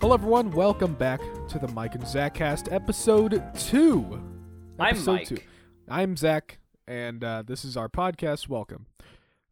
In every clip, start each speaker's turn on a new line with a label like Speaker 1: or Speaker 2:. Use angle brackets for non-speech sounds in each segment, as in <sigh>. Speaker 1: Hello, everyone. Welcome back to the Mike and Zach Cast, episode two.
Speaker 2: I'm
Speaker 1: Episode
Speaker 2: Mike.
Speaker 1: two. I'm Zach, and uh, this is our podcast. Welcome.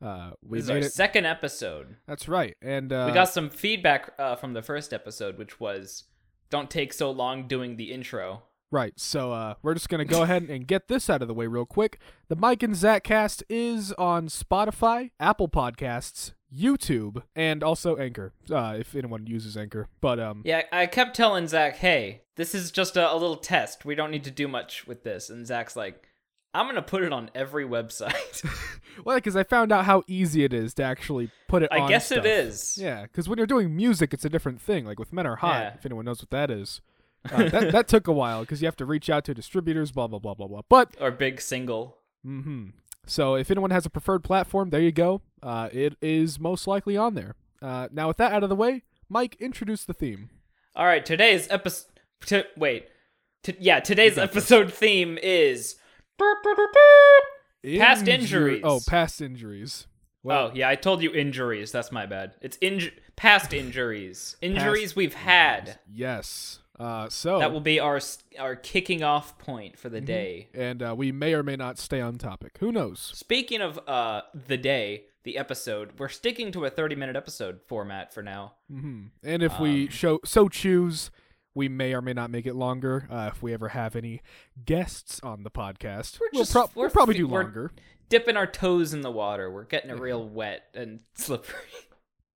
Speaker 1: Uh, we
Speaker 2: This is
Speaker 1: made
Speaker 2: our
Speaker 1: it.
Speaker 2: second episode.
Speaker 1: That's right. And uh,
Speaker 2: we got some feedback uh, from the first episode, which was don't take so long doing the intro.
Speaker 1: Right. So uh, we're just going to go ahead and get this out of the way real quick. The Mike and Zach cast is on Spotify, Apple Podcasts, YouTube, and also Anchor, uh, if anyone uses Anchor. But um,
Speaker 2: Yeah, I kept telling Zach, hey, this is just a, a little test. We don't need to do much with this. And Zach's like, I'm going to put it on every website. <laughs>
Speaker 1: well, because I found out how easy it is to actually put it
Speaker 2: I
Speaker 1: on
Speaker 2: guess
Speaker 1: stuff.
Speaker 2: it is.
Speaker 1: Yeah, because when you're doing music, it's a different thing. Like with Men Are Hot,
Speaker 2: Yeah.
Speaker 1: if anyone knows what that is.
Speaker 2: <laughs>
Speaker 1: Uh, that, that took a while because you have to reach out to distributors, blah, blah, blah, blah, blah. But
Speaker 2: Or big single.
Speaker 1: Mm-hmm. So if anyone has a preferred platform, there you go. Uh, it is most likely on there. Uh, now with that out of the way, Mike, introduce the theme.
Speaker 2: All right, today's episode. T- wait. T- yeah, today's episode theme is. Past injuries.
Speaker 1: Oh, past injuries.
Speaker 2: oh yeah, I told you injuries. That's my bad. It's inj- past injuries, injuries we've had.
Speaker 1: Yes. Uh, so
Speaker 2: That will be our s- our kicking off point for the day.
Speaker 1: and uh, we may or may not stay on topic. Who knows?
Speaker 2: Speaking of uh the day, the episode, we're sticking to a thirty minute episode format for now.
Speaker 1: hmm And if
Speaker 2: Um,
Speaker 1: we show so choose, we may or may not make it longer. Uh, if we ever have any guests on the podcast,
Speaker 2: We're
Speaker 1: we'll,
Speaker 2: just-
Speaker 1: prob-
Speaker 2: we're
Speaker 1: we'll probably
Speaker 2: fi-
Speaker 1: do
Speaker 2: we're-
Speaker 1: longer.
Speaker 2: Dipping our toes in the water, we're getting
Speaker 1: Mm-hmm.
Speaker 2: it real wet and <laughs> slippery.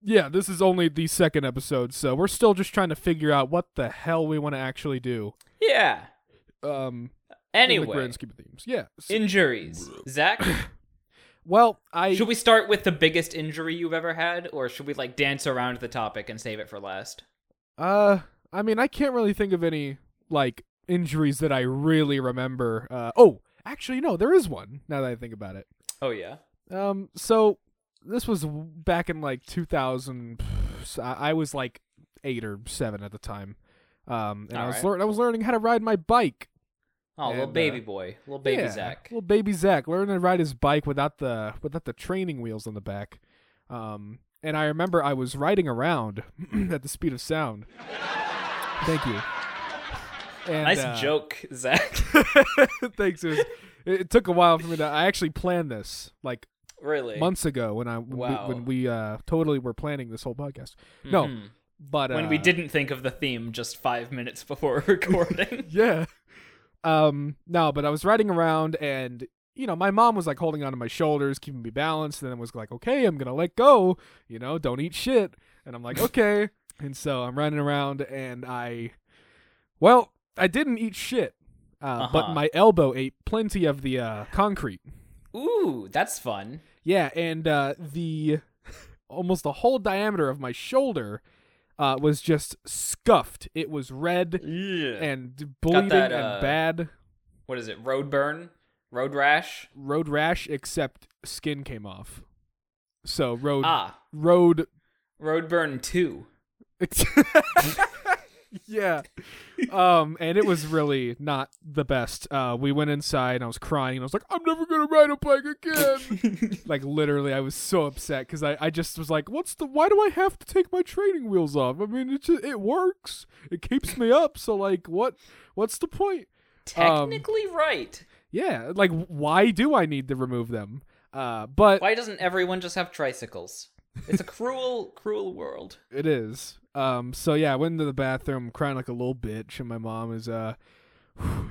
Speaker 1: Yeah, this is only the second episode, so we're still just trying to figure out what the hell we want to actually do.
Speaker 2: yeah.
Speaker 1: Um, in the
Speaker 2: Anyway,
Speaker 1: grand scheme of things, yeah. S-
Speaker 2: injuries.
Speaker 1: <coughs>
Speaker 2: Zach,
Speaker 1: well, I
Speaker 2: should we start with the biggest injury you've ever had, or should we like dance around the topic and save it for last?
Speaker 1: uh, I mean, I can't really think of any like injuries that I really remember. Uh, oh, actually, no, there is one. Now that I think about it,
Speaker 2: Oh yeah.
Speaker 1: um, so this was w- back in like 2000. so I I was like eight or seven at the time. Um, and I was
Speaker 2: Alright.
Speaker 1: lear- I was learning how to ride my bike.
Speaker 2: Oh,
Speaker 1: And,
Speaker 2: little
Speaker 1: uh,
Speaker 2: baby boy, little baby
Speaker 1: yeah.
Speaker 2: Zach.
Speaker 1: Little baby Zach learning to ride his bike without the without the training wheels on the back. Um, and I remember I was riding around <clears throat> at the speed of sound. Thank you. And,
Speaker 2: Nice
Speaker 1: uh,
Speaker 2: joke, Zach.
Speaker 1: <laughs> thanks. It, was- it- it took a while for me to. I actually planned this like
Speaker 2: really.
Speaker 1: months ago when I when
Speaker 2: Wow.
Speaker 1: we, when we uh, totally were planning this whole podcast. No,
Speaker 2: Mhm.
Speaker 1: but
Speaker 2: When we
Speaker 1: uh,
Speaker 2: didn't think of the theme just five minutes before <laughs>
Speaker 1: <laughs>
Speaker 2: recording.
Speaker 1: yeah. Um, no, but I was riding around and you know, my mom was like holding onto my shoulders, keeping me balanced, and then was like, Okay, I'm gonna let go, you know, don't eat shit. And I'm like,
Speaker 2: <laughs>
Speaker 1: Okay. and so I'm running around and I well, I didn't eat shit. Uh, but
Speaker 2: Uh-huh.
Speaker 1: my elbow ate plenty of the uh concrete.
Speaker 2: Ooh, that's fun.
Speaker 1: Yeah, and uh the almost the whole diameter of my shoulder uh was just scuffed. It was red
Speaker 2: Yeah.
Speaker 1: and bleeding
Speaker 2: that,
Speaker 1: and
Speaker 2: uh,
Speaker 1: bad.
Speaker 2: What is it? Road burn? Road rash?
Speaker 1: road rash except skin came off so road
Speaker 2: Ah,
Speaker 1: road
Speaker 2: road burn two.
Speaker 1: <laughs> yeah um and it was really not the best uh we went inside and i was crying and i was like i'm never gonna ride a bike again like literally i was so upset because I, I just was like what's the why do i have to take my training wheels off i mean it just it works it keeps me up so like what what's the point Um,
Speaker 2: Technically right.
Speaker 1: yeah like why do i need to remove them uh but
Speaker 2: Why doesn't everyone just have tricycles?
Speaker 1: <laughs>
Speaker 2: It's a cruel, cruel world.
Speaker 1: It is. Um. So yeah, I went into the bathroom crying like a little bitch, and my mom is uh, <sighs>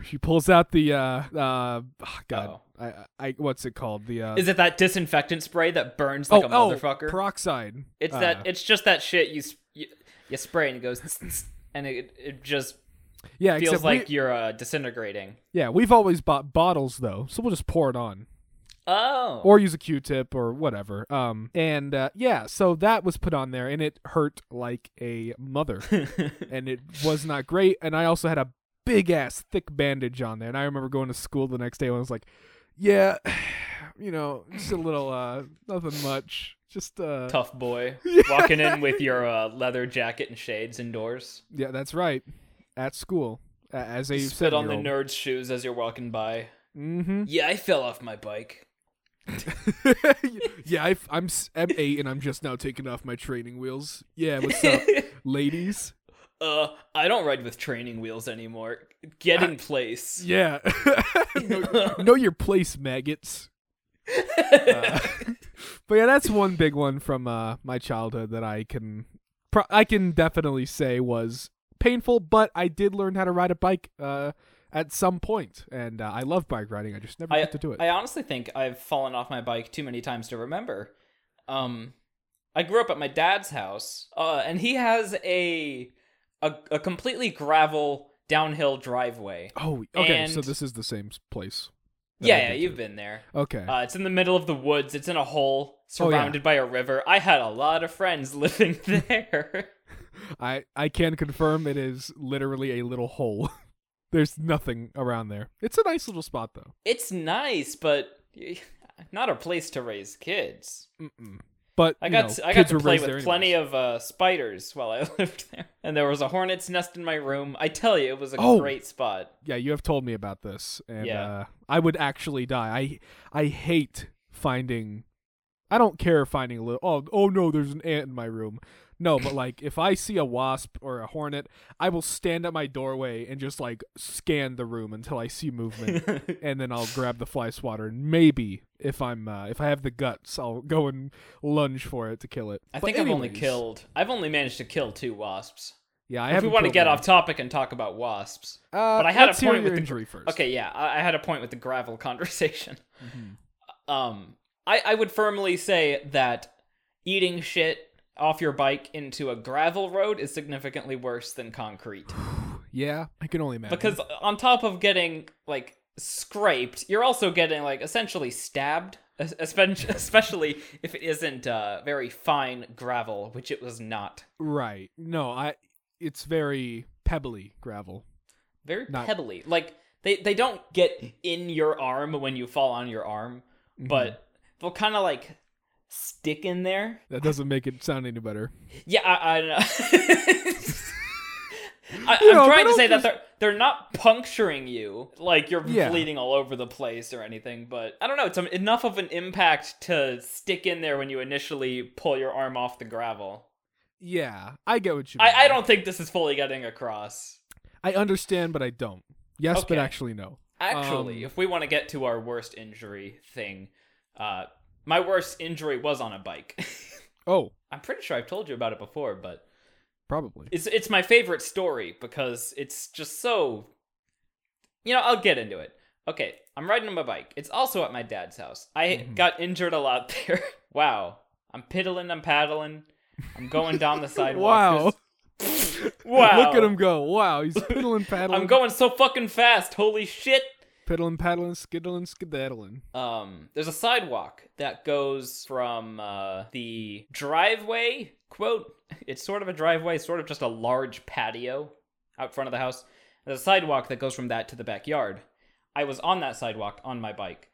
Speaker 1: she pulls out the uh uh ah, God,
Speaker 2: Uh-oh.
Speaker 1: I, I what's it called? The uh,
Speaker 2: Is it that disinfectant spray that burns like
Speaker 1: oh
Speaker 2: a
Speaker 1: oh,
Speaker 2: motherfucker?
Speaker 1: peroxide.
Speaker 2: It's
Speaker 1: Uh,
Speaker 2: that. It's just that shit you sp- you, you spray and it goes, <laughs> tss, tss, and it it just
Speaker 1: yeah.
Speaker 2: feels
Speaker 1: except
Speaker 2: like
Speaker 1: we,
Speaker 2: you're uh, disintegrating.
Speaker 1: yeah, we've always bought bottles though, so we'll just pour it on.
Speaker 2: Oh,
Speaker 1: or use a q-tip or whatever um and uh, yeah so that was put on there and it hurt like a mother <laughs> and it was not great and i also had a big ass thick bandage on there and i remember going to school the next day and i was like yeah <sighs> you know just a little uh nothing much just uh
Speaker 2: tough
Speaker 1: <laughs>
Speaker 2: boy walking in with your uh, leather jacket and shades indoors.
Speaker 1: yeah that's right at school a- as a
Speaker 2: Spit on the
Speaker 1: seven-year-old.
Speaker 2: nerd's shoes as you're walking by.
Speaker 1: Mhm.
Speaker 2: Yeah, I fell off my
Speaker 1: Mm-hmm.
Speaker 2: bike.
Speaker 1: <laughs> yeah, I,
Speaker 2: <laughs>
Speaker 1: I'm s- I'm eight and I'm just now taking off my training wheels. Yeah, what's up, ladies?
Speaker 2: uh, I don't ride with training wheels anymore.
Speaker 1: <laughs>
Speaker 2: Get in place.
Speaker 1: Yeah. <laughs> know, know your place,
Speaker 2: <laughs>
Speaker 1: maggots. Uh, <laughs> but yeah, that's one big one from uh, my childhood that I can pro- I can definitely say was painful, but I did learn how to ride a bike uh, at some point, and uh, I love bike riding. I just never
Speaker 2: I-
Speaker 1: get to do it.
Speaker 2: <laughs> I honestly think I've fallen off my bike too many times to remember. Um, I grew up at my dad's house, uh, and he has a, a a completely gravel downhill driveway.
Speaker 1: oh, okay. so
Speaker 2: and-
Speaker 1: this is the same s- place. that
Speaker 2: Yeah,
Speaker 1: I've
Speaker 2: yeah,
Speaker 1: been
Speaker 2: you've
Speaker 1: to.
Speaker 2: been there.
Speaker 1: Okay.
Speaker 2: Uh, it's in the middle of the woods. It's in a hole
Speaker 1: Oh, yeah.
Speaker 2: surrounded by a river. I had a lot of friends <laughs> living there.
Speaker 1: I I can confirm it is literally a little hole. <laughs> There's nothing around there. It's a nice little spot though.
Speaker 2: it's nice, but <laughs> not a place to raise kids.
Speaker 1: Mm-mm. But
Speaker 2: I
Speaker 1: you
Speaker 2: got
Speaker 1: know,
Speaker 2: to, I got
Speaker 1: kids
Speaker 2: to
Speaker 1: were
Speaker 2: play
Speaker 1: raised
Speaker 2: with
Speaker 1: there
Speaker 2: plenty
Speaker 1: anyways.
Speaker 2: of uh, spiders while I <laughs> lived there, and there was a hornet's nest in my room. I tell you, it was a
Speaker 1: Oh.
Speaker 2: great spot.
Speaker 1: Yeah, you have told me about this, and
Speaker 2: Yeah.
Speaker 1: uh, I would actually die. I I hate finding. I don't care finding a little. Oh oh no, there's an ant in my room. No, but like if I see a wasp or a hornet, I will stand at my doorway and just like scan the room until I see movement.
Speaker 2: <laughs>
Speaker 1: and then I'll grab the fly swatter and maybe if I'm uh, if I have the guts, I'll go and lunge for it to kill it.
Speaker 2: I
Speaker 1: But
Speaker 2: think I've only
Speaker 1: anyways-
Speaker 2: killed. I've only managed to kill two wasps.
Speaker 1: Yeah, I
Speaker 2: if we
Speaker 1: haven't
Speaker 2: want to
Speaker 1: killed
Speaker 2: get
Speaker 1: many.
Speaker 2: off topic and talk about wasps,
Speaker 1: Uh,
Speaker 2: but I had a
Speaker 1: let's hear
Speaker 2: point
Speaker 1: your
Speaker 2: with the-
Speaker 1: injury first.
Speaker 2: okay, yeah, I, I had a point with the gravel <laughs> conversation.
Speaker 1: Mhm.
Speaker 2: Um, I I would firmly say that eating shit off your bike into a gravel road is significantly worse than concrete.
Speaker 1: Yeah, I can only imagine.
Speaker 2: because on top of getting like scraped you're also getting like essentially stabbed es- espe- <laughs> especially if it isn't uh, very fine gravel which it was not
Speaker 1: right, no, I. It's very pebbly gravel.
Speaker 2: very
Speaker 1: Not-
Speaker 2: pebbly like they, they don't get in your arm when you fall on your arm
Speaker 1: Mhm.
Speaker 2: but they'll kind of like stick in there
Speaker 1: that doesn't make it sound any better.
Speaker 2: yeah i, I don't know <laughs> I,
Speaker 1: You
Speaker 2: I'm
Speaker 1: know, but
Speaker 2: trying to say
Speaker 1: also-
Speaker 2: that they're they're not puncturing you like you're
Speaker 1: Yeah.
Speaker 2: bleeding all over the place or anything, but I don't know. It's um enough of an impact to stick in there when you initially pull your arm off the gravel.
Speaker 1: Yeah, I get what you. mean.
Speaker 2: I, I don't think this is fully getting across.
Speaker 1: I understand, but I don't. Yes, but
Speaker 2: Okay.
Speaker 1: actually, no.
Speaker 2: Actually,
Speaker 1: Um,
Speaker 2: if we want to get to our worst injury thing, uh, my worst injury was on a bike. <laughs>
Speaker 1: Oh,
Speaker 2: I'm pretty sure I've told you about it before, but
Speaker 1: probably.
Speaker 2: it's it's my favorite story because it's just so you know i'll get into it okay i'm riding my bike it's also at my dad's house i
Speaker 1: Mhm.
Speaker 2: got injured a lot <laughs> there wow i'm piddling i'm paddling i'm going down
Speaker 1: <laughs>
Speaker 2: the sidewalk
Speaker 1: Wow.
Speaker 2: Just- <laughs> wow
Speaker 1: Look at him go! Wow,
Speaker 2: <laughs>
Speaker 1: he's piddling, paddling.
Speaker 2: i'm going so fucking fast holy shit
Speaker 1: piddling, paddling, skiddling, skedaddling.
Speaker 2: um there's a sidewalk that goes from uh the driveway quote <laughs> it's sort of a driveway sort of just a large patio out front of the house there's a sidewalk that goes from that to the backyard i was on that sidewalk on my bike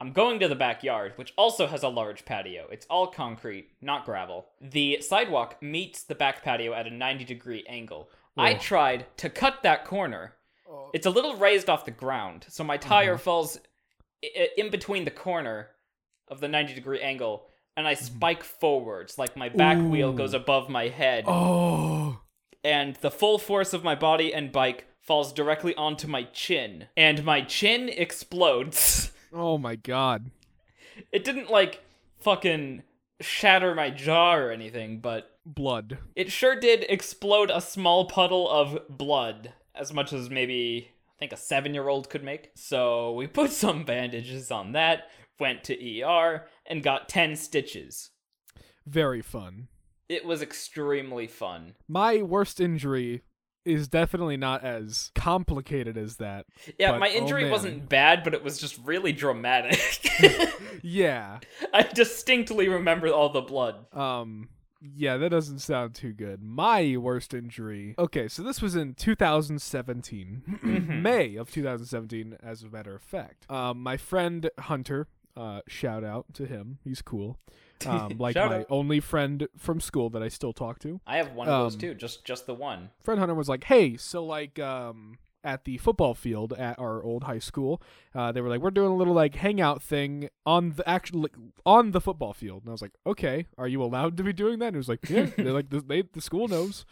Speaker 2: i'm going to the backyard which also has a large patio it's all concrete not gravel the sidewalk meets the back patio at a 90 degree angle i
Speaker 1: Whoa.
Speaker 2: tried to cut that corner
Speaker 1: Oh,
Speaker 2: it's a little raised off the ground, so my tire
Speaker 1: Uh-huh.
Speaker 2: falls i- i- in between the corner of the 90 degree angle, and I spike forwards, like my back wheel
Speaker 1: Mm-hmm. Ooh.
Speaker 2: goes above my head,
Speaker 1: oh.
Speaker 2: and the full force of my body and bike falls directly onto my chin, and my chin explodes. <laughs>
Speaker 1: Oh my god.
Speaker 2: it didn't, like, fucking shatter my jaw or anything, but
Speaker 1: Blood.
Speaker 2: it sure did explode a small puddle of blood, as much as maybe I think a seven year old could make. So we put <laughs> some bandages on that, went to ER, and got 10 stitches.
Speaker 1: Very fun.
Speaker 2: It was extremely fun.
Speaker 1: My worst injury is definitely not as complicated as that.
Speaker 2: Yeah,
Speaker 1: But,
Speaker 2: my
Speaker 1: oh,
Speaker 2: injury
Speaker 1: man.
Speaker 2: wasn't bad, but it was just
Speaker 1: <laughs>
Speaker 2: really dramatic. <laughs>
Speaker 1: Yeah.
Speaker 2: I distinctly remember all the blood.
Speaker 1: Um yeah, that doesn't sound too good. My worst injury. Okay, so this was in 2017. <clears throat>
Speaker 2: Mm-hmm.
Speaker 1: May of 2017 as a matter of fact. Um my friend Hunter, uh shout out to him. He's cool.
Speaker 2: <laughs>
Speaker 1: Um like
Speaker 2: Shout
Speaker 1: my
Speaker 2: out.
Speaker 1: only friend from school that I still talk to.
Speaker 2: I have one of those
Speaker 1: Um,
Speaker 2: too, just just the one.
Speaker 1: friend Hunter was like, "Hey, so like um at the football field at our old high school, uh, they were like, we're doing a little like hangout thing on the actual like, on the football field." And I was like, "Okay, are you allowed to be doing that?" And he was like, "Yeah." They're like, "The- "They the school knows."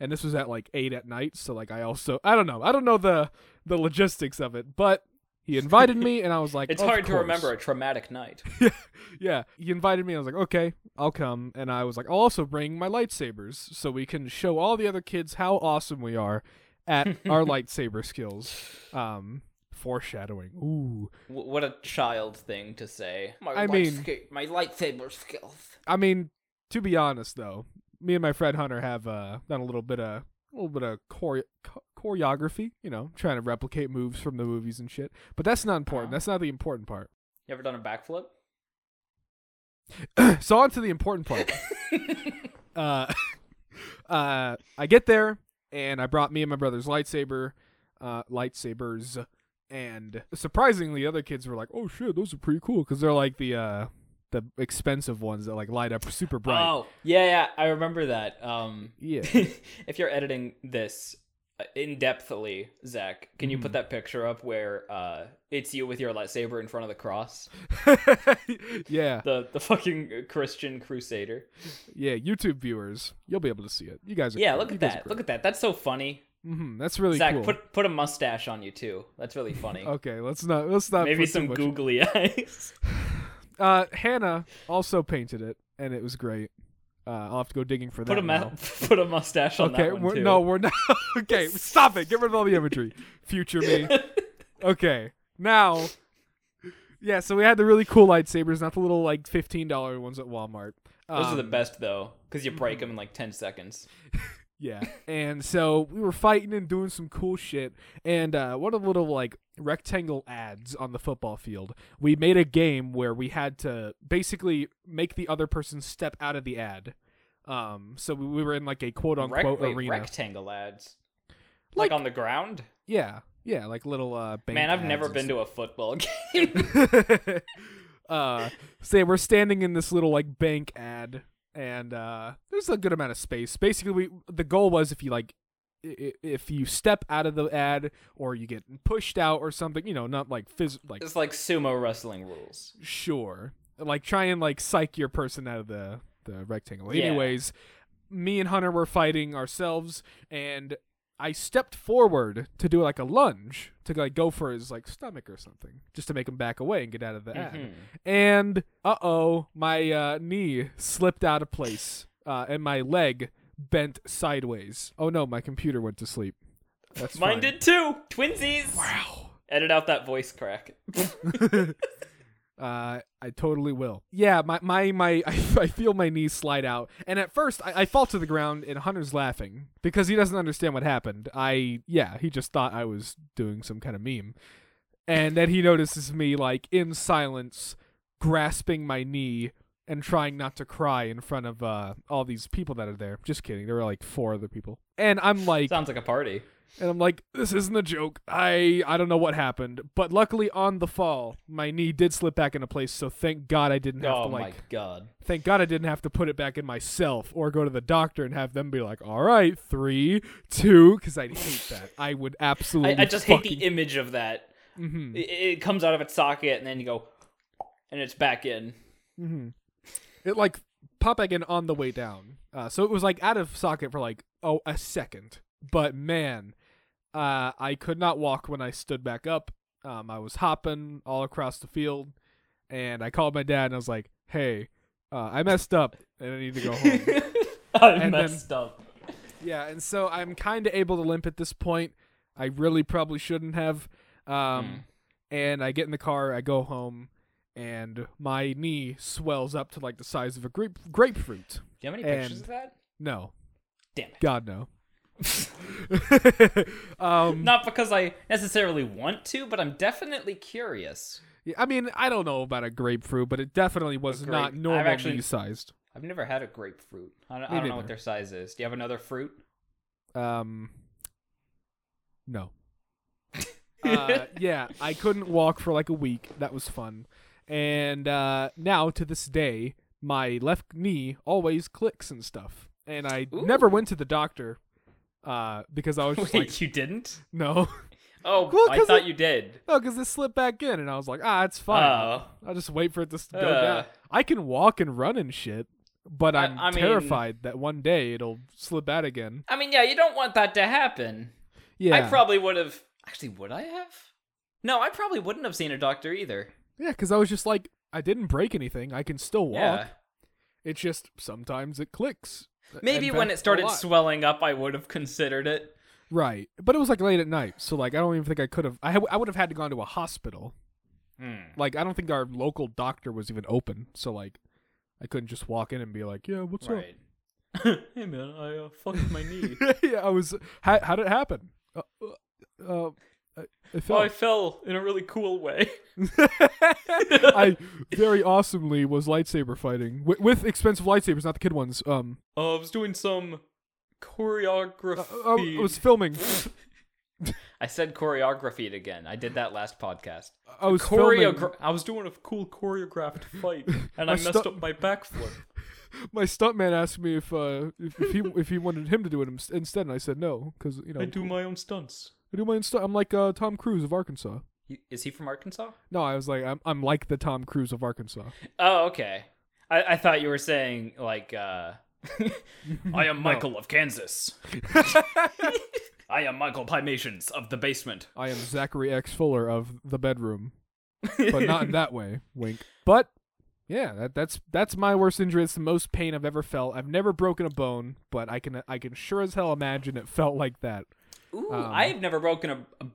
Speaker 1: and this was at like eight at night. So like I also I don't know I don't know the the logistics of it, but he invited me and I was like,
Speaker 2: It's
Speaker 1: "Of
Speaker 2: hard to
Speaker 1: course."
Speaker 2: remember a traumatic night.
Speaker 1: Yeah, he invited me. I was like, okay, I'll come, and I was like, I'll also bring my lightsabers so we can show all the other kids how awesome we are at our lightsaber skills. Um, foreshadowing. Ooh.
Speaker 2: W- what a child thing to say. My
Speaker 1: I mean-
Speaker 2: lightsa- my lightsaber skills.
Speaker 1: I mean, to be honest though, me and my friend Hunter have uh, done a little bit of a little bit of chore- cho- choreography. You know, trying to replicate moves from the movies and shit. But that's not important.
Speaker 2: Oh.
Speaker 1: That's not the important part.
Speaker 2: You ever done a backflip?
Speaker 1: so on to the important
Speaker 2: <laughs>
Speaker 1: part. uh, <laughs> uh, I get there and I brought me and my brother's lightsaber, uh, lightsabers, and surprisingly, the other kids were like, "Oh shit, those are pretty cool," because they're like the uh, the expensive ones that like light up super bright.
Speaker 2: Oh, yeah, yeah, I remember that. Um,
Speaker 1: Yeah.
Speaker 2: <laughs>
Speaker 1: <laughs>
Speaker 2: if you're editing this in depthly, Zach, can you
Speaker 1: Mhm.
Speaker 2: put that picture up where uh, it's you with your lightsaber in front of the cross,
Speaker 1: yeah,
Speaker 2: the the fucking uh, Christian crusader?
Speaker 1: yeah. YouTube viewers, you'll be able to see it. You guys are
Speaker 2: Yeah,
Speaker 1: great.
Speaker 2: look
Speaker 1: You
Speaker 2: at
Speaker 1: guys are
Speaker 2: that.
Speaker 1: great.
Speaker 2: Look at that. That's so funny.
Speaker 1: Mhm, that's really
Speaker 2: Zach,
Speaker 1: cool.
Speaker 2: put put a mustache on you too. That's
Speaker 1: <laughs>
Speaker 2: really funny.
Speaker 1: Okay, let's not let's not
Speaker 2: Maybe
Speaker 1: put too
Speaker 2: some
Speaker 1: much-
Speaker 2: googly <laughs> eyes.
Speaker 1: Uh, Hannah also painted it, and it was great. Uh, I'll have to go digging for that.
Speaker 2: Put a
Speaker 1: now.
Speaker 2: ma- <laughs> put a mustache on
Speaker 1: Okay,
Speaker 2: that one
Speaker 1: we're,
Speaker 2: too.
Speaker 1: no, we're not. <laughs> okay,
Speaker 2: <laughs>
Speaker 1: stop it. Get rid of all the imagery. Future me. Okay, now, yeah. So we had the really cool lightsabers, not the little like fifteen dollar ones at Walmart.
Speaker 2: Those are the
Speaker 1: Um, mm.
Speaker 2: best though, because you break them in like ten seconds.
Speaker 1: Yeah. And so we were fighting and doing some cool shit. And uh, one of the little like rectangle ads on the football field, we made a game where we had to basically make the other person step out of the ad. Um, so we, we were in like a quote
Speaker 2: Rec-
Speaker 1: unquote
Speaker 2: wait,
Speaker 1: arena.
Speaker 2: rectangle ads,
Speaker 1: Like-
Speaker 2: like, on the ground.
Speaker 1: yeah, yeah, like little uh. Bank
Speaker 2: Man, I've
Speaker 1: ads
Speaker 2: never
Speaker 1: and
Speaker 2: been
Speaker 1: stuff.
Speaker 2: to a football <laughs> game.
Speaker 1: <laughs> uh say we're standing in this little like bank ad and uh there's a good amount of space basically we the goal was if you like i- i- if you step out of the ad or you get pushed out or something you know not like phys- like
Speaker 2: it's like sumo wrestling rules.
Speaker 1: sure like try and like psych your person out of the the rectangle
Speaker 2: Yeah.
Speaker 1: anyways me and hunter were fighting ourselves and i stepped forward to do like a lunge to like go for his like stomach or something just to make him back away and get out of the ad
Speaker 2: Mhm.
Speaker 1: and uh-oh my uh, knee slipped out of place uh, and my leg bent sideways oh no my computer went to sleep that's
Speaker 2: Mine
Speaker 1: fine.
Speaker 2: did too. Twinsies.
Speaker 1: wow
Speaker 2: Edit out that voice crack.
Speaker 1: uh, I totally will. Yeah, my my my. <laughs> I, I feel my knees slide out, and at first I, I fall to the ground, and Hunter's laughing because he doesn't understand what happened. I yeah, he just thought I was doing some kind of meme, and then he notices me like in silence, grasping my knee and trying not to cry in front of uh, all these people that are there. Just kidding, there were like four other people, and I'm like,
Speaker 2: Sounds like a party.
Speaker 1: and I'm like, this isn't a joke. I I don't know what happened, but luckily on the fall, my knee did slip back into place. So thank God I didn't have
Speaker 2: Oh
Speaker 1: to like,
Speaker 2: my god.
Speaker 1: thank God I didn't have to put it back in myself or go to the doctor and have them be like, all right, three, two, because I hate that. I would absolutely.
Speaker 2: I, I just hate the image of that.
Speaker 1: the. hmm
Speaker 2: It, it comes out of its socket and then you go, and it's
Speaker 1: <laughs>
Speaker 2: back in.
Speaker 1: hmm It like popped back in on the way down, uh, so it was like out of socket for like oh a second. But man, uh, I could not walk when I stood back up. Um, I was hopping all across the field, and I called my dad and I was like, "Hey, uh, I messed up and I need to go home."
Speaker 2: I
Speaker 1: then-
Speaker 2: messed up.
Speaker 1: yeah, and so I'm kind of able to limp at this point. I really probably shouldn't have. Um,
Speaker 2: Hmm.
Speaker 1: and I get in the car, I go home, and my knee swells up to like the size of a grape- grapefruit.
Speaker 2: Do you have any
Speaker 1: And-
Speaker 2: pictures of that?
Speaker 1: No,
Speaker 2: Damn it.
Speaker 1: God
Speaker 2: <laughs>
Speaker 1: no. <laughs> um,
Speaker 2: Not because I necessarily want to, but I'm definitely curious.
Speaker 1: yeah, I mean, I don't know about a grapefruit, but it definitely was
Speaker 2: grape-
Speaker 1: not
Speaker 2: I've
Speaker 1: normal
Speaker 2: actually-
Speaker 1: knee sized.
Speaker 2: I've never had a grapefruit. I don't, I
Speaker 1: Me
Speaker 2: don't know what
Speaker 1: neither.
Speaker 2: their size is. Do you have another fruit? <laughs>
Speaker 1: Um,
Speaker 2: <laughs>
Speaker 1: no. uh, yeah, I couldn't walk for like a week. That was fun. And uh, now to this day, my left knee always clicks and stuff. And I
Speaker 2: Ooh.
Speaker 1: never went to the doctor uh, because I was
Speaker 2: Wait,
Speaker 1: just like,
Speaker 2: you didn't?
Speaker 1: no, <laughs>
Speaker 2: Oh,
Speaker 1: Well,
Speaker 2: I
Speaker 1: 'cause
Speaker 2: thought
Speaker 1: it-
Speaker 2: you did.
Speaker 1: no, because it slipped back in, and I was like, ah, it's fine.
Speaker 2: Oh,
Speaker 1: I'll just wait for it to s- go
Speaker 2: Uh.
Speaker 1: down. I can walk and run and shit. but
Speaker 2: I-
Speaker 1: I'm
Speaker 2: I mean-
Speaker 1: terrified that one day it'll slip out again.
Speaker 2: I mean, yeah, you don't want that to happen.
Speaker 1: Yeah,
Speaker 2: I probably would have. Actually, would I have? No, I probably wouldn't have seen a doctor either.
Speaker 1: yeah, because I was just like, I didn't break anything. I can still walk.
Speaker 2: Yeah.
Speaker 1: It's just sometimes it clicks.
Speaker 2: Maybe
Speaker 1: In
Speaker 2: when
Speaker 1: fact,
Speaker 2: it
Speaker 1: a
Speaker 2: started
Speaker 1: lot.
Speaker 2: swelling up, I would have considered it.
Speaker 1: right, but it was like late at night, so like I don't even think I could have. I ha- I would have had to gone to a hospital.
Speaker 2: Hmm,
Speaker 1: Like I don't think our local doctor was even open, so like I couldn't just walk in and be like, yeah, what's
Speaker 2: Right. <laughs> hey man, I uh, fucked
Speaker 1: <laughs>
Speaker 2: my knee.
Speaker 1: up? <laughs> yeah, I was. How how did it happen? Uh, uh, uh, I, I
Speaker 2: oh,
Speaker 1: fell.
Speaker 2: I fell in a really cool way.
Speaker 1: <laughs>
Speaker 2: <laughs>
Speaker 1: I very awesomely was lightsaber fighting with, with expensive lightsabers, not the kid ones. Um,
Speaker 2: Uh, I was doing some
Speaker 1: uh,
Speaker 2: choreography.
Speaker 1: uh, I
Speaker 2: <laughs>
Speaker 1: was filming.
Speaker 2: I said choreography again. I did that last podcast.
Speaker 1: I was filming.
Speaker 2: Choreogra- I was doing a cool choreographed <laughs> fight, and I
Speaker 1: My
Speaker 2: messed
Speaker 1: stu-
Speaker 2: up my backflip.
Speaker 1: My stuntman asked me if uh if, if he if he wanted him to do it ins- instead, and I said no because you know
Speaker 2: I do my own stunts.
Speaker 1: I do my own stunt. I'm like uh, Tom Cruise of Arkansas.
Speaker 2: Is he from Arkansas?
Speaker 1: No, I was like I'm I'm like the Tom Cruise of Arkansas.
Speaker 2: Oh, okay. I, I thought you were saying like uh <laughs> I am Michael of <laughs> Kansas. I am Michael Primations of the basement.
Speaker 1: I am Zachary X Fuller of the bedroom, but not in that <laughs> way. Wink. But yeah, that, that's that's my worst injury. It's the most pain I've ever felt. I've never broken a bone, but I can I can sure as hell imagine it felt like that.
Speaker 2: Ooh,
Speaker 1: Um,
Speaker 2: I've never broken a, a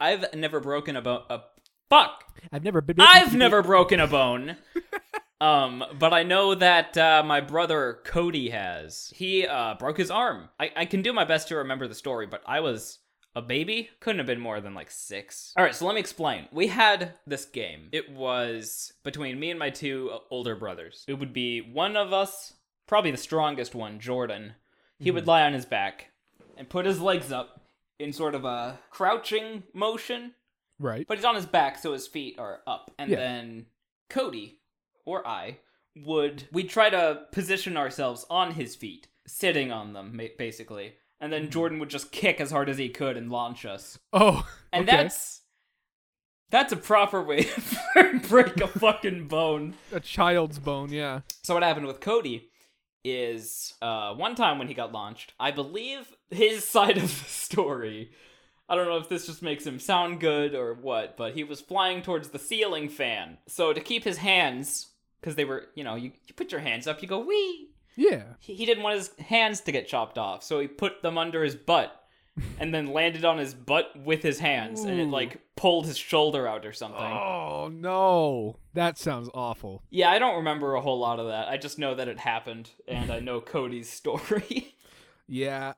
Speaker 2: I've never broken a bone. A, fuck.
Speaker 1: I've never been.
Speaker 2: I've never broken a bone. Um, but I know that uh, my brother Cody has. He uh, broke his arm. I, I can do my best to remember the story, but I was a baby. Couldn't have been more than like six. All right, so let me explain. We had this game. It was between me and my two uh, older brothers. It would be one of us, probably the strongest one, Jordan. He would lie on his back and put his legs up in sort of a crouching motion
Speaker 1: Right.
Speaker 2: but he's on his back, so his feet are up. And
Speaker 1: Yeah.
Speaker 2: then Cody or I would we try to position ourselves on his feet, sitting on them ma- basically. And
Speaker 1: Hmm.
Speaker 2: then Jordan would just kick as hard as he could and launch us.
Speaker 1: Oh,
Speaker 2: And
Speaker 1: okay.
Speaker 2: that's that's a proper way <laughs> to break a fucking bone.
Speaker 1: a child's bone. Yeah.
Speaker 2: So what happened with Cody is uh, one time when he got launched, I believe his <laughs> side of the story. I don't know if this just makes him sound good or what, but he was flying towards the ceiling fan. So to keep his hands, because they were, you know, you, you put your hands up, you go wee.
Speaker 1: Yeah.
Speaker 2: He, he didn't want his hands to get chopped off, so he put them under his butt. And then landed on his butt with his hands, and it
Speaker 1: Ooh.
Speaker 2: like pulled his shoulder out or something.
Speaker 1: Oh no, that sounds awful.
Speaker 2: Yeah, I don't remember a whole lot of that. I just know that it happened, and I know Cody's <laughs> story.
Speaker 1: Yeah,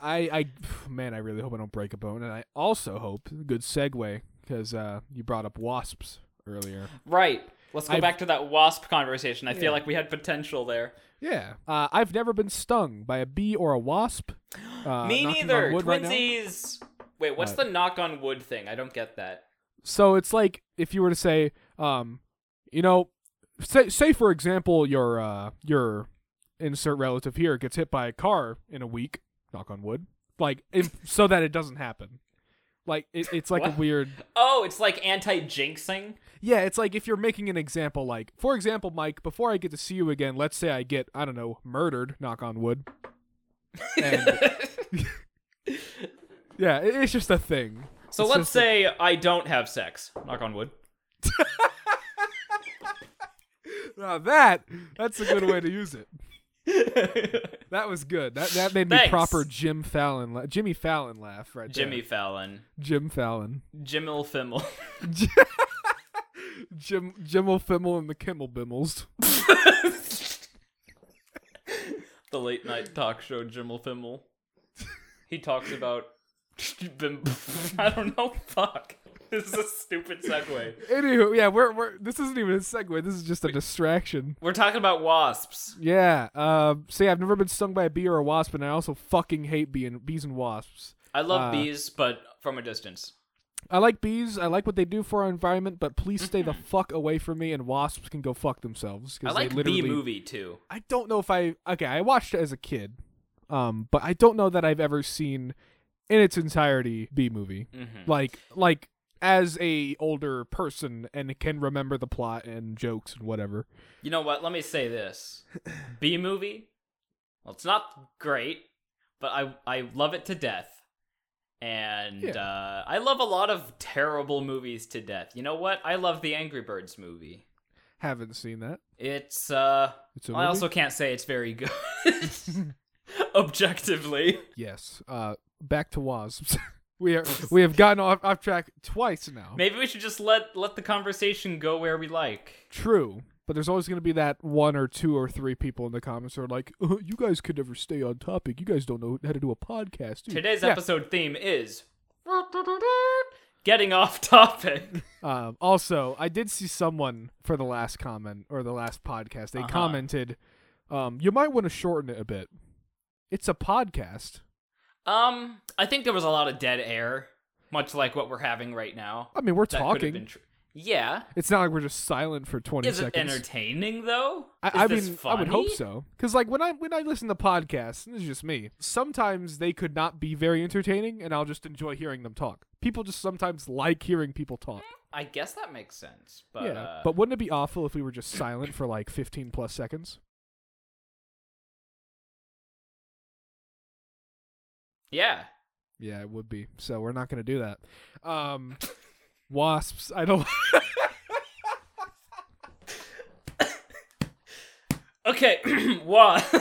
Speaker 1: I, I, <sighs> man, I really hope I don't break a bone, and I also hope good segue because uh, you brought up wasps earlier.
Speaker 2: right. Let's go
Speaker 1: I've-
Speaker 2: back to that wasp conversation. I
Speaker 1: Yeah.
Speaker 2: feel like we had potential there.
Speaker 1: Yeah, uh, I've never been stung by a bee or a wasp. Uh,
Speaker 2: Me
Speaker 1: knocking on
Speaker 2: neither.
Speaker 1: wood right now. Uh,
Speaker 2: Twinsies. Wait, what's the knock on wood thing? I don't get that.
Speaker 1: so it's like if you were to say, um, you know, say say for example, your uh, your insert relative here gets hit by a car in a week. Knock on wood. Like if, so that it doesn't happen. Like it, it's like a
Speaker 2: What?
Speaker 1: weird.
Speaker 2: Oh, it's like anti-jinxing.
Speaker 1: Yeah, it's like if you're making an example, like, for example, Mike, before I get to see you again, let's say I get, I don't know, murdered, knock on wood. And <laughs> yeah, it- it's just a thing.
Speaker 2: so
Speaker 1: It's
Speaker 2: let's
Speaker 1: just a-
Speaker 2: say I don't have sex. Knock on wood. <laughs>
Speaker 1: Now that, that's a good way to use it. That was good. That that made me
Speaker 2: Thanks.
Speaker 1: proper Jim Fallon, la- Jimmy Fallon laugh right
Speaker 2: Jimmy
Speaker 1: there.
Speaker 2: Fallon.
Speaker 1: Jim Fallon.
Speaker 2: Jimmel Fimmel.
Speaker 1: Jim, Jimmel Fimmel and the Kimmel Bimmels.
Speaker 2: the late night talk show Jimmel Fimmel. He talks about <laughs> bim- I don't know. Fuck, this is a stupid segue.
Speaker 1: Anywho, yeah, we're, we're, this isn't even a segue. This is just a distraction.
Speaker 2: We're talking about wasps.
Speaker 1: Yeah. Um. so yeah, I've never been stung by a bee or a wasp, and I also fucking hate bee and, bees and wasps.
Speaker 2: I
Speaker 1: Uh,
Speaker 2: love bees, but from a distance.
Speaker 1: I like bees. I like what they do for our environment, but please stay the fuck away from me. And wasps can go fuck themselves. 'cause
Speaker 2: Mm-hmm. I like
Speaker 1: they
Speaker 2: bee
Speaker 1: literally,
Speaker 2: movie too.
Speaker 1: I don't know if I okay. I watched it as a kid, um, but I don't know that I've ever seen in its entirety bee movie.
Speaker 2: Mhm.
Speaker 1: Like like as a older person and can remember the plot and jokes and whatever.
Speaker 2: You know what? Let me
Speaker 1: <laughs>
Speaker 2: say this. B movie. Well, it's not great, but I I love it to death. And
Speaker 1: Yeah.
Speaker 2: uh, I love a lot of terrible movies to death. You know what? I love the Angry Birds movie.
Speaker 1: Haven't seen that.
Speaker 2: It's uh
Speaker 1: It's a
Speaker 2: I
Speaker 1: movie?
Speaker 2: also can't say it's
Speaker 1: <laughs>
Speaker 2: very good. Objectively.
Speaker 1: yes. Uh, back to wasps. <laughs>
Speaker 2: <laughs>
Speaker 1: we are we have gotten off off track twice now.
Speaker 2: Maybe we should just let let the conversation go where we like.
Speaker 1: True, but there's always going to be that one or two or three people in the comments who are like, "Uh, "You guys could never stay on topic. You guys don't know how to do a podcast." do you?"
Speaker 2: Today's
Speaker 1: Hmm. Yeah.
Speaker 2: episode theme is getting <laughs> off topic.
Speaker 1: Um, also, I did see someone for the last comment or the last podcast. They
Speaker 2: Uh-huh.
Speaker 1: commented, um, "You might want to shorten it a bit. It's a podcast.
Speaker 2: Um, I think there was a lot of dead air, much like what we're having right now.
Speaker 1: I mean, we're
Speaker 2: That could have been
Speaker 1: Uh, talking.
Speaker 2: tr- yeah.
Speaker 1: It's not like we're just silent for 20
Speaker 2: Is it
Speaker 1: seconds."
Speaker 2: entertaining though?
Speaker 1: I,
Speaker 2: Is
Speaker 1: I
Speaker 2: this
Speaker 1: mean, I would hope
Speaker 2: funny?
Speaker 1: so. Because like when I when I listen to podcasts, and this is just me. Sometimes they could not be very entertaining, and I'll just enjoy hearing them talk. People just sometimes like hearing people talk.
Speaker 2: I guess that makes sense, but
Speaker 1: yeah,
Speaker 2: uh,
Speaker 1: but wouldn't it be awful if we were just silent for like fifteen plus seconds?
Speaker 2: yeah,
Speaker 1: Yeah, it would be. So we're not gonna do that. Um, wasps. I don't.
Speaker 2: okay. <clears throat> what? <laughs>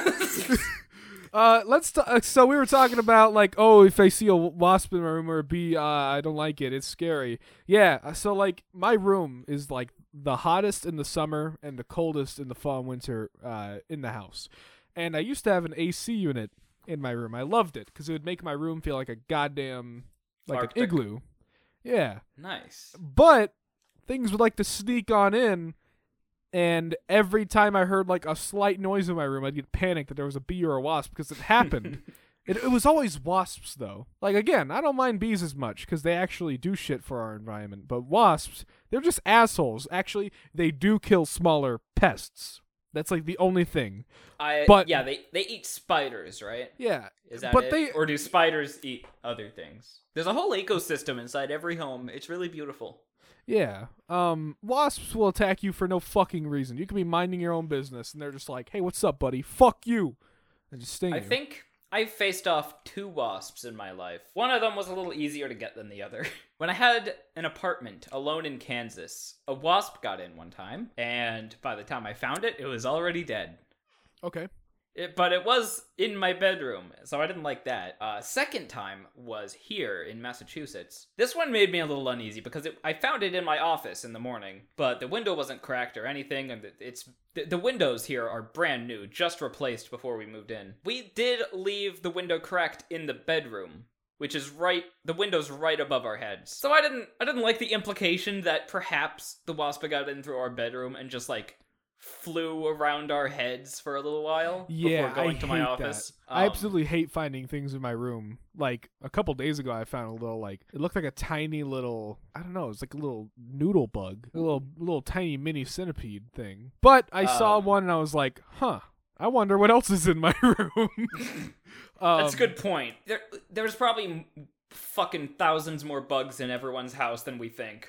Speaker 1: Uh, let's. T- uh, so we were talking about like, oh, if I see a wasp in my room or a bee, uh, I don't like it. It's scary. Yeah. uh, So like, my room is like the hottest in the summer and the coldest in the fall and winter uh, in the house. And I used to have an AC unit in my room. I loved it because it would make my room feel like a goddamn like
Speaker 2: Arctic.
Speaker 1: an igloo. Yeah.
Speaker 2: nice.
Speaker 1: But things would like to sneak on in, and every time I heard like a slight noise in my room, I'd get panicked that there was a bee or a wasp because it happened. it, it was always wasps though. Like again, I don't mind bees as much because they actually do shit for our environment. But wasps, they're just assholes. Actually, they do kill smaller pests. That's like the only thing.
Speaker 2: I
Speaker 1: But-
Speaker 2: yeah, they they eat spiders, right?
Speaker 1: Yeah.
Speaker 2: Is that
Speaker 1: but
Speaker 2: it?
Speaker 1: they
Speaker 2: or do spiders eat other things? There's a whole ecosystem inside every home. It's really beautiful.
Speaker 1: Yeah. Um, wasps will attack you for no fucking reason. You could be minding your own business, and they're just like, "Hey, what's up, buddy? Fuck you," and just sting
Speaker 2: I
Speaker 1: you.
Speaker 2: think I faced off two wasps in my life. One of them was a little easier to get than the other. <laughs> when I had an apartment alone in Kansas, a wasp got in one time, and by the time I found it, it was already dead.
Speaker 1: okay.
Speaker 2: It, but it was in my bedroom, so I didn't like that. Uh, second time was here in Massachusetts. This one made me a little uneasy because it, I found it in my office in the morning, but the window wasn't cracked or anything, and it- it's the, the windows here are brand new, just replaced before we moved in. We did leave the window cracked in the bedroom, which is right the window's right above our heads. So I didn't I didn't like the implication that perhaps the wasp got in through our bedroom and just like flew around our heads for a little while
Speaker 1: Yeah,
Speaker 2: before going
Speaker 1: I
Speaker 2: to my
Speaker 1: hate
Speaker 2: office.
Speaker 1: That. I
Speaker 2: Um,
Speaker 1: absolutely hate finding things in my room. Like a couple days ago, I found a little like it looked like a tiny little I don't know, it's like a little noodle bug, a little little tiny mini centipede thing. But I saw
Speaker 2: Um,
Speaker 1: one and I was like, huh. I wonder what else is in my <laughs> room. um,
Speaker 2: <laughs> That's a good point. There there's probably m- fucking thousands more bugs in everyone's house than we think.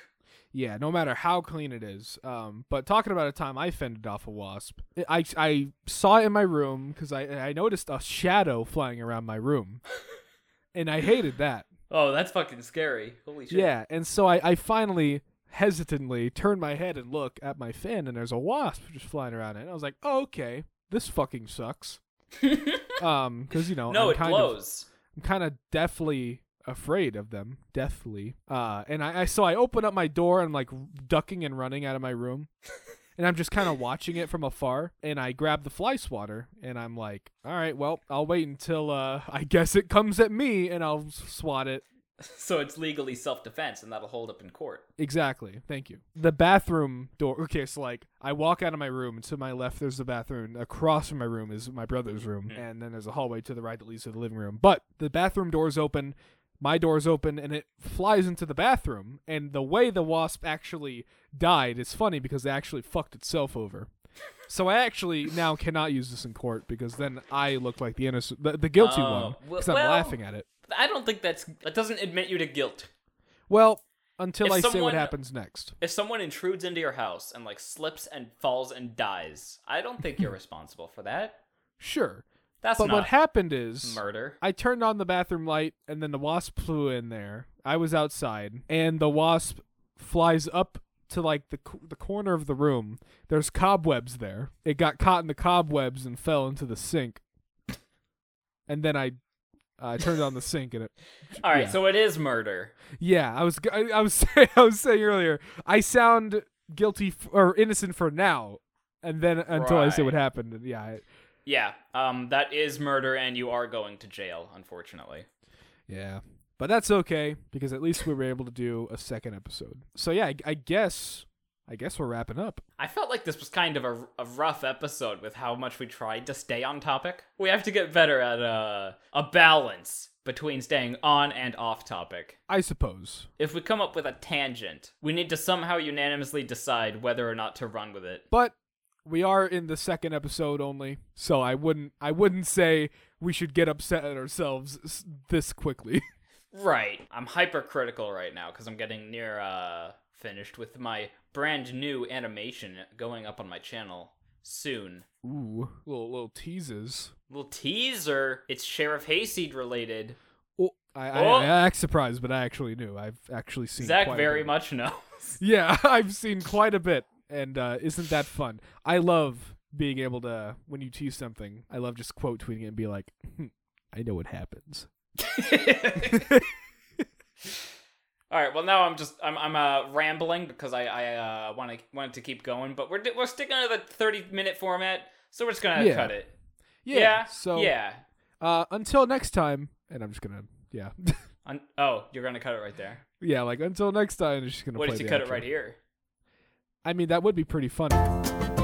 Speaker 1: Yeah, no matter how clean it is. Um, but talking about a time I fended off a wasp, I, I saw it in my room because I, I noticed a shadow flying around my
Speaker 2: <laughs>
Speaker 1: room. and I hated that.
Speaker 2: Oh, that's fucking scary. Holy shit.
Speaker 1: Yeah, and so I, I finally hesitantly turned my head and look at my fan, and there's a wasp just flying around it. And I was like, oh, okay, this fucking
Speaker 2: <laughs>
Speaker 1: sucks. um, because you know,
Speaker 2: No,
Speaker 1: I'm
Speaker 2: it
Speaker 1: kind Of,
Speaker 2: blows.
Speaker 1: I'm kind of deathly afraid of them, deathly. Uh, and I, I so I open up my door and I'm like ducking and running out of my room. And I'm just kind of watching it from afar, and I grab the fly swatter, and I'm like, "All right, well, I'll wait until uh, I guess it comes at me, and I'll swat it
Speaker 2: <laughs> So it's legally self defense, and that'll hold up in court.
Speaker 1: Exactly. Thank you. The bathroom door. Okay, so like I walk out of my room, and to my left there's the bathroom. Across from my room is my brother's room,
Speaker 2: Mhm.
Speaker 1: and then there's a hallway to the right that leads to the living room. But the bathroom door is open, my door is open, and it flies into the bathroom. And the way the wasp actually died is funny because it actually fucked itself over. So I actually now cannot use this in court because then I look like the innocent, the, the guilty
Speaker 2: Oh,
Speaker 1: one,
Speaker 2: well-
Speaker 1: because I'm
Speaker 2: well-
Speaker 1: laughing at it.
Speaker 2: I don't think that's that doesn't admit you to guilt.
Speaker 1: Well, until
Speaker 2: If
Speaker 1: I say
Speaker 2: someone-
Speaker 1: what happens next.
Speaker 2: If someone intrudes into your house and like slips and falls and dies, I don't think you're <laughs> responsible for that.
Speaker 1: Sure.
Speaker 2: That's
Speaker 1: but
Speaker 2: not
Speaker 1: what happened is
Speaker 2: murder.
Speaker 1: I turned on the bathroom light and then the wasp flew in there. I was outside and the wasp flies up to like the co- the corner of the room. There's cobwebs there. It got caught in the cobwebs and fell into the sink. And then I I turned on the sink and it
Speaker 2: All right,
Speaker 1: yeah.
Speaker 2: so it is murder.
Speaker 1: Yeah, I was g- I, I was <laughs> saying I was saying earlier I sound guilty f- or innocent for now and then until I say what
Speaker 2: Right.
Speaker 1: happened. and Yeah. I,
Speaker 2: Yeah, um, that is murder, and you are going to jail, unfortunately.
Speaker 1: Yeah. But that's okay because at least we were able to do a second episode. So yeah, I, I guess I guess we're wrapping up.
Speaker 2: I felt like this was kind of a, a rough episode with how much we tried to stay on topic. We have to get better at uh, a balance between staying on and off topic.
Speaker 1: I suppose.
Speaker 2: If we come up with a tangent, we need to somehow unanimously decide whether or not to run with it.
Speaker 1: But we are in the second episode only, so I wouldn't I wouldn't say we should get upset at ourselves s- this quickly. <laughs>
Speaker 2: Right. I'm hypercritical right now because I'm getting near uh, finished with my brand new animation going up on my channel soon.
Speaker 1: Ooh, little little teases.
Speaker 2: Little teaser. It's Sheriff Hayseed related.
Speaker 1: Oh, I, I,
Speaker 2: Oh.
Speaker 1: I act surprised, but I actually knew. I've actually seen
Speaker 2: Zach
Speaker 1: quite a
Speaker 2: very
Speaker 1: bit. <laughs>
Speaker 2: much knows. <laughs>
Speaker 1: Yeah, I've seen quite a bit, and uh, isn't that fun? I love being able to when you tease something. I love just quote tweeting it and be like, hmm, "I know what happens."
Speaker 2: All right. Well, now I'm just I'm I'm uh, rambling because I I uh, want to wanted to keep going, but we're di- we're sticking to the 30 minute format, so we're just gonna
Speaker 1: Yeah.
Speaker 2: cut it.
Speaker 1: Yeah.
Speaker 2: yeah.
Speaker 1: so
Speaker 2: yeah.
Speaker 1: Uh, until next time, and I'm just gonna yeah <laughs>
Speaker 2: Un- oh, you're gonna cut it right there.
Speaker 1: yeah like until next time. I'm just gonna.
Speaker 2: What
Speaker 1: play
Speaker 2: if you
Speaker 1: the
Speaker 2: cut it
Speaker 1: outro.
Speaker 2: right here?
Speaker 1: I mean, that would be pretty funny.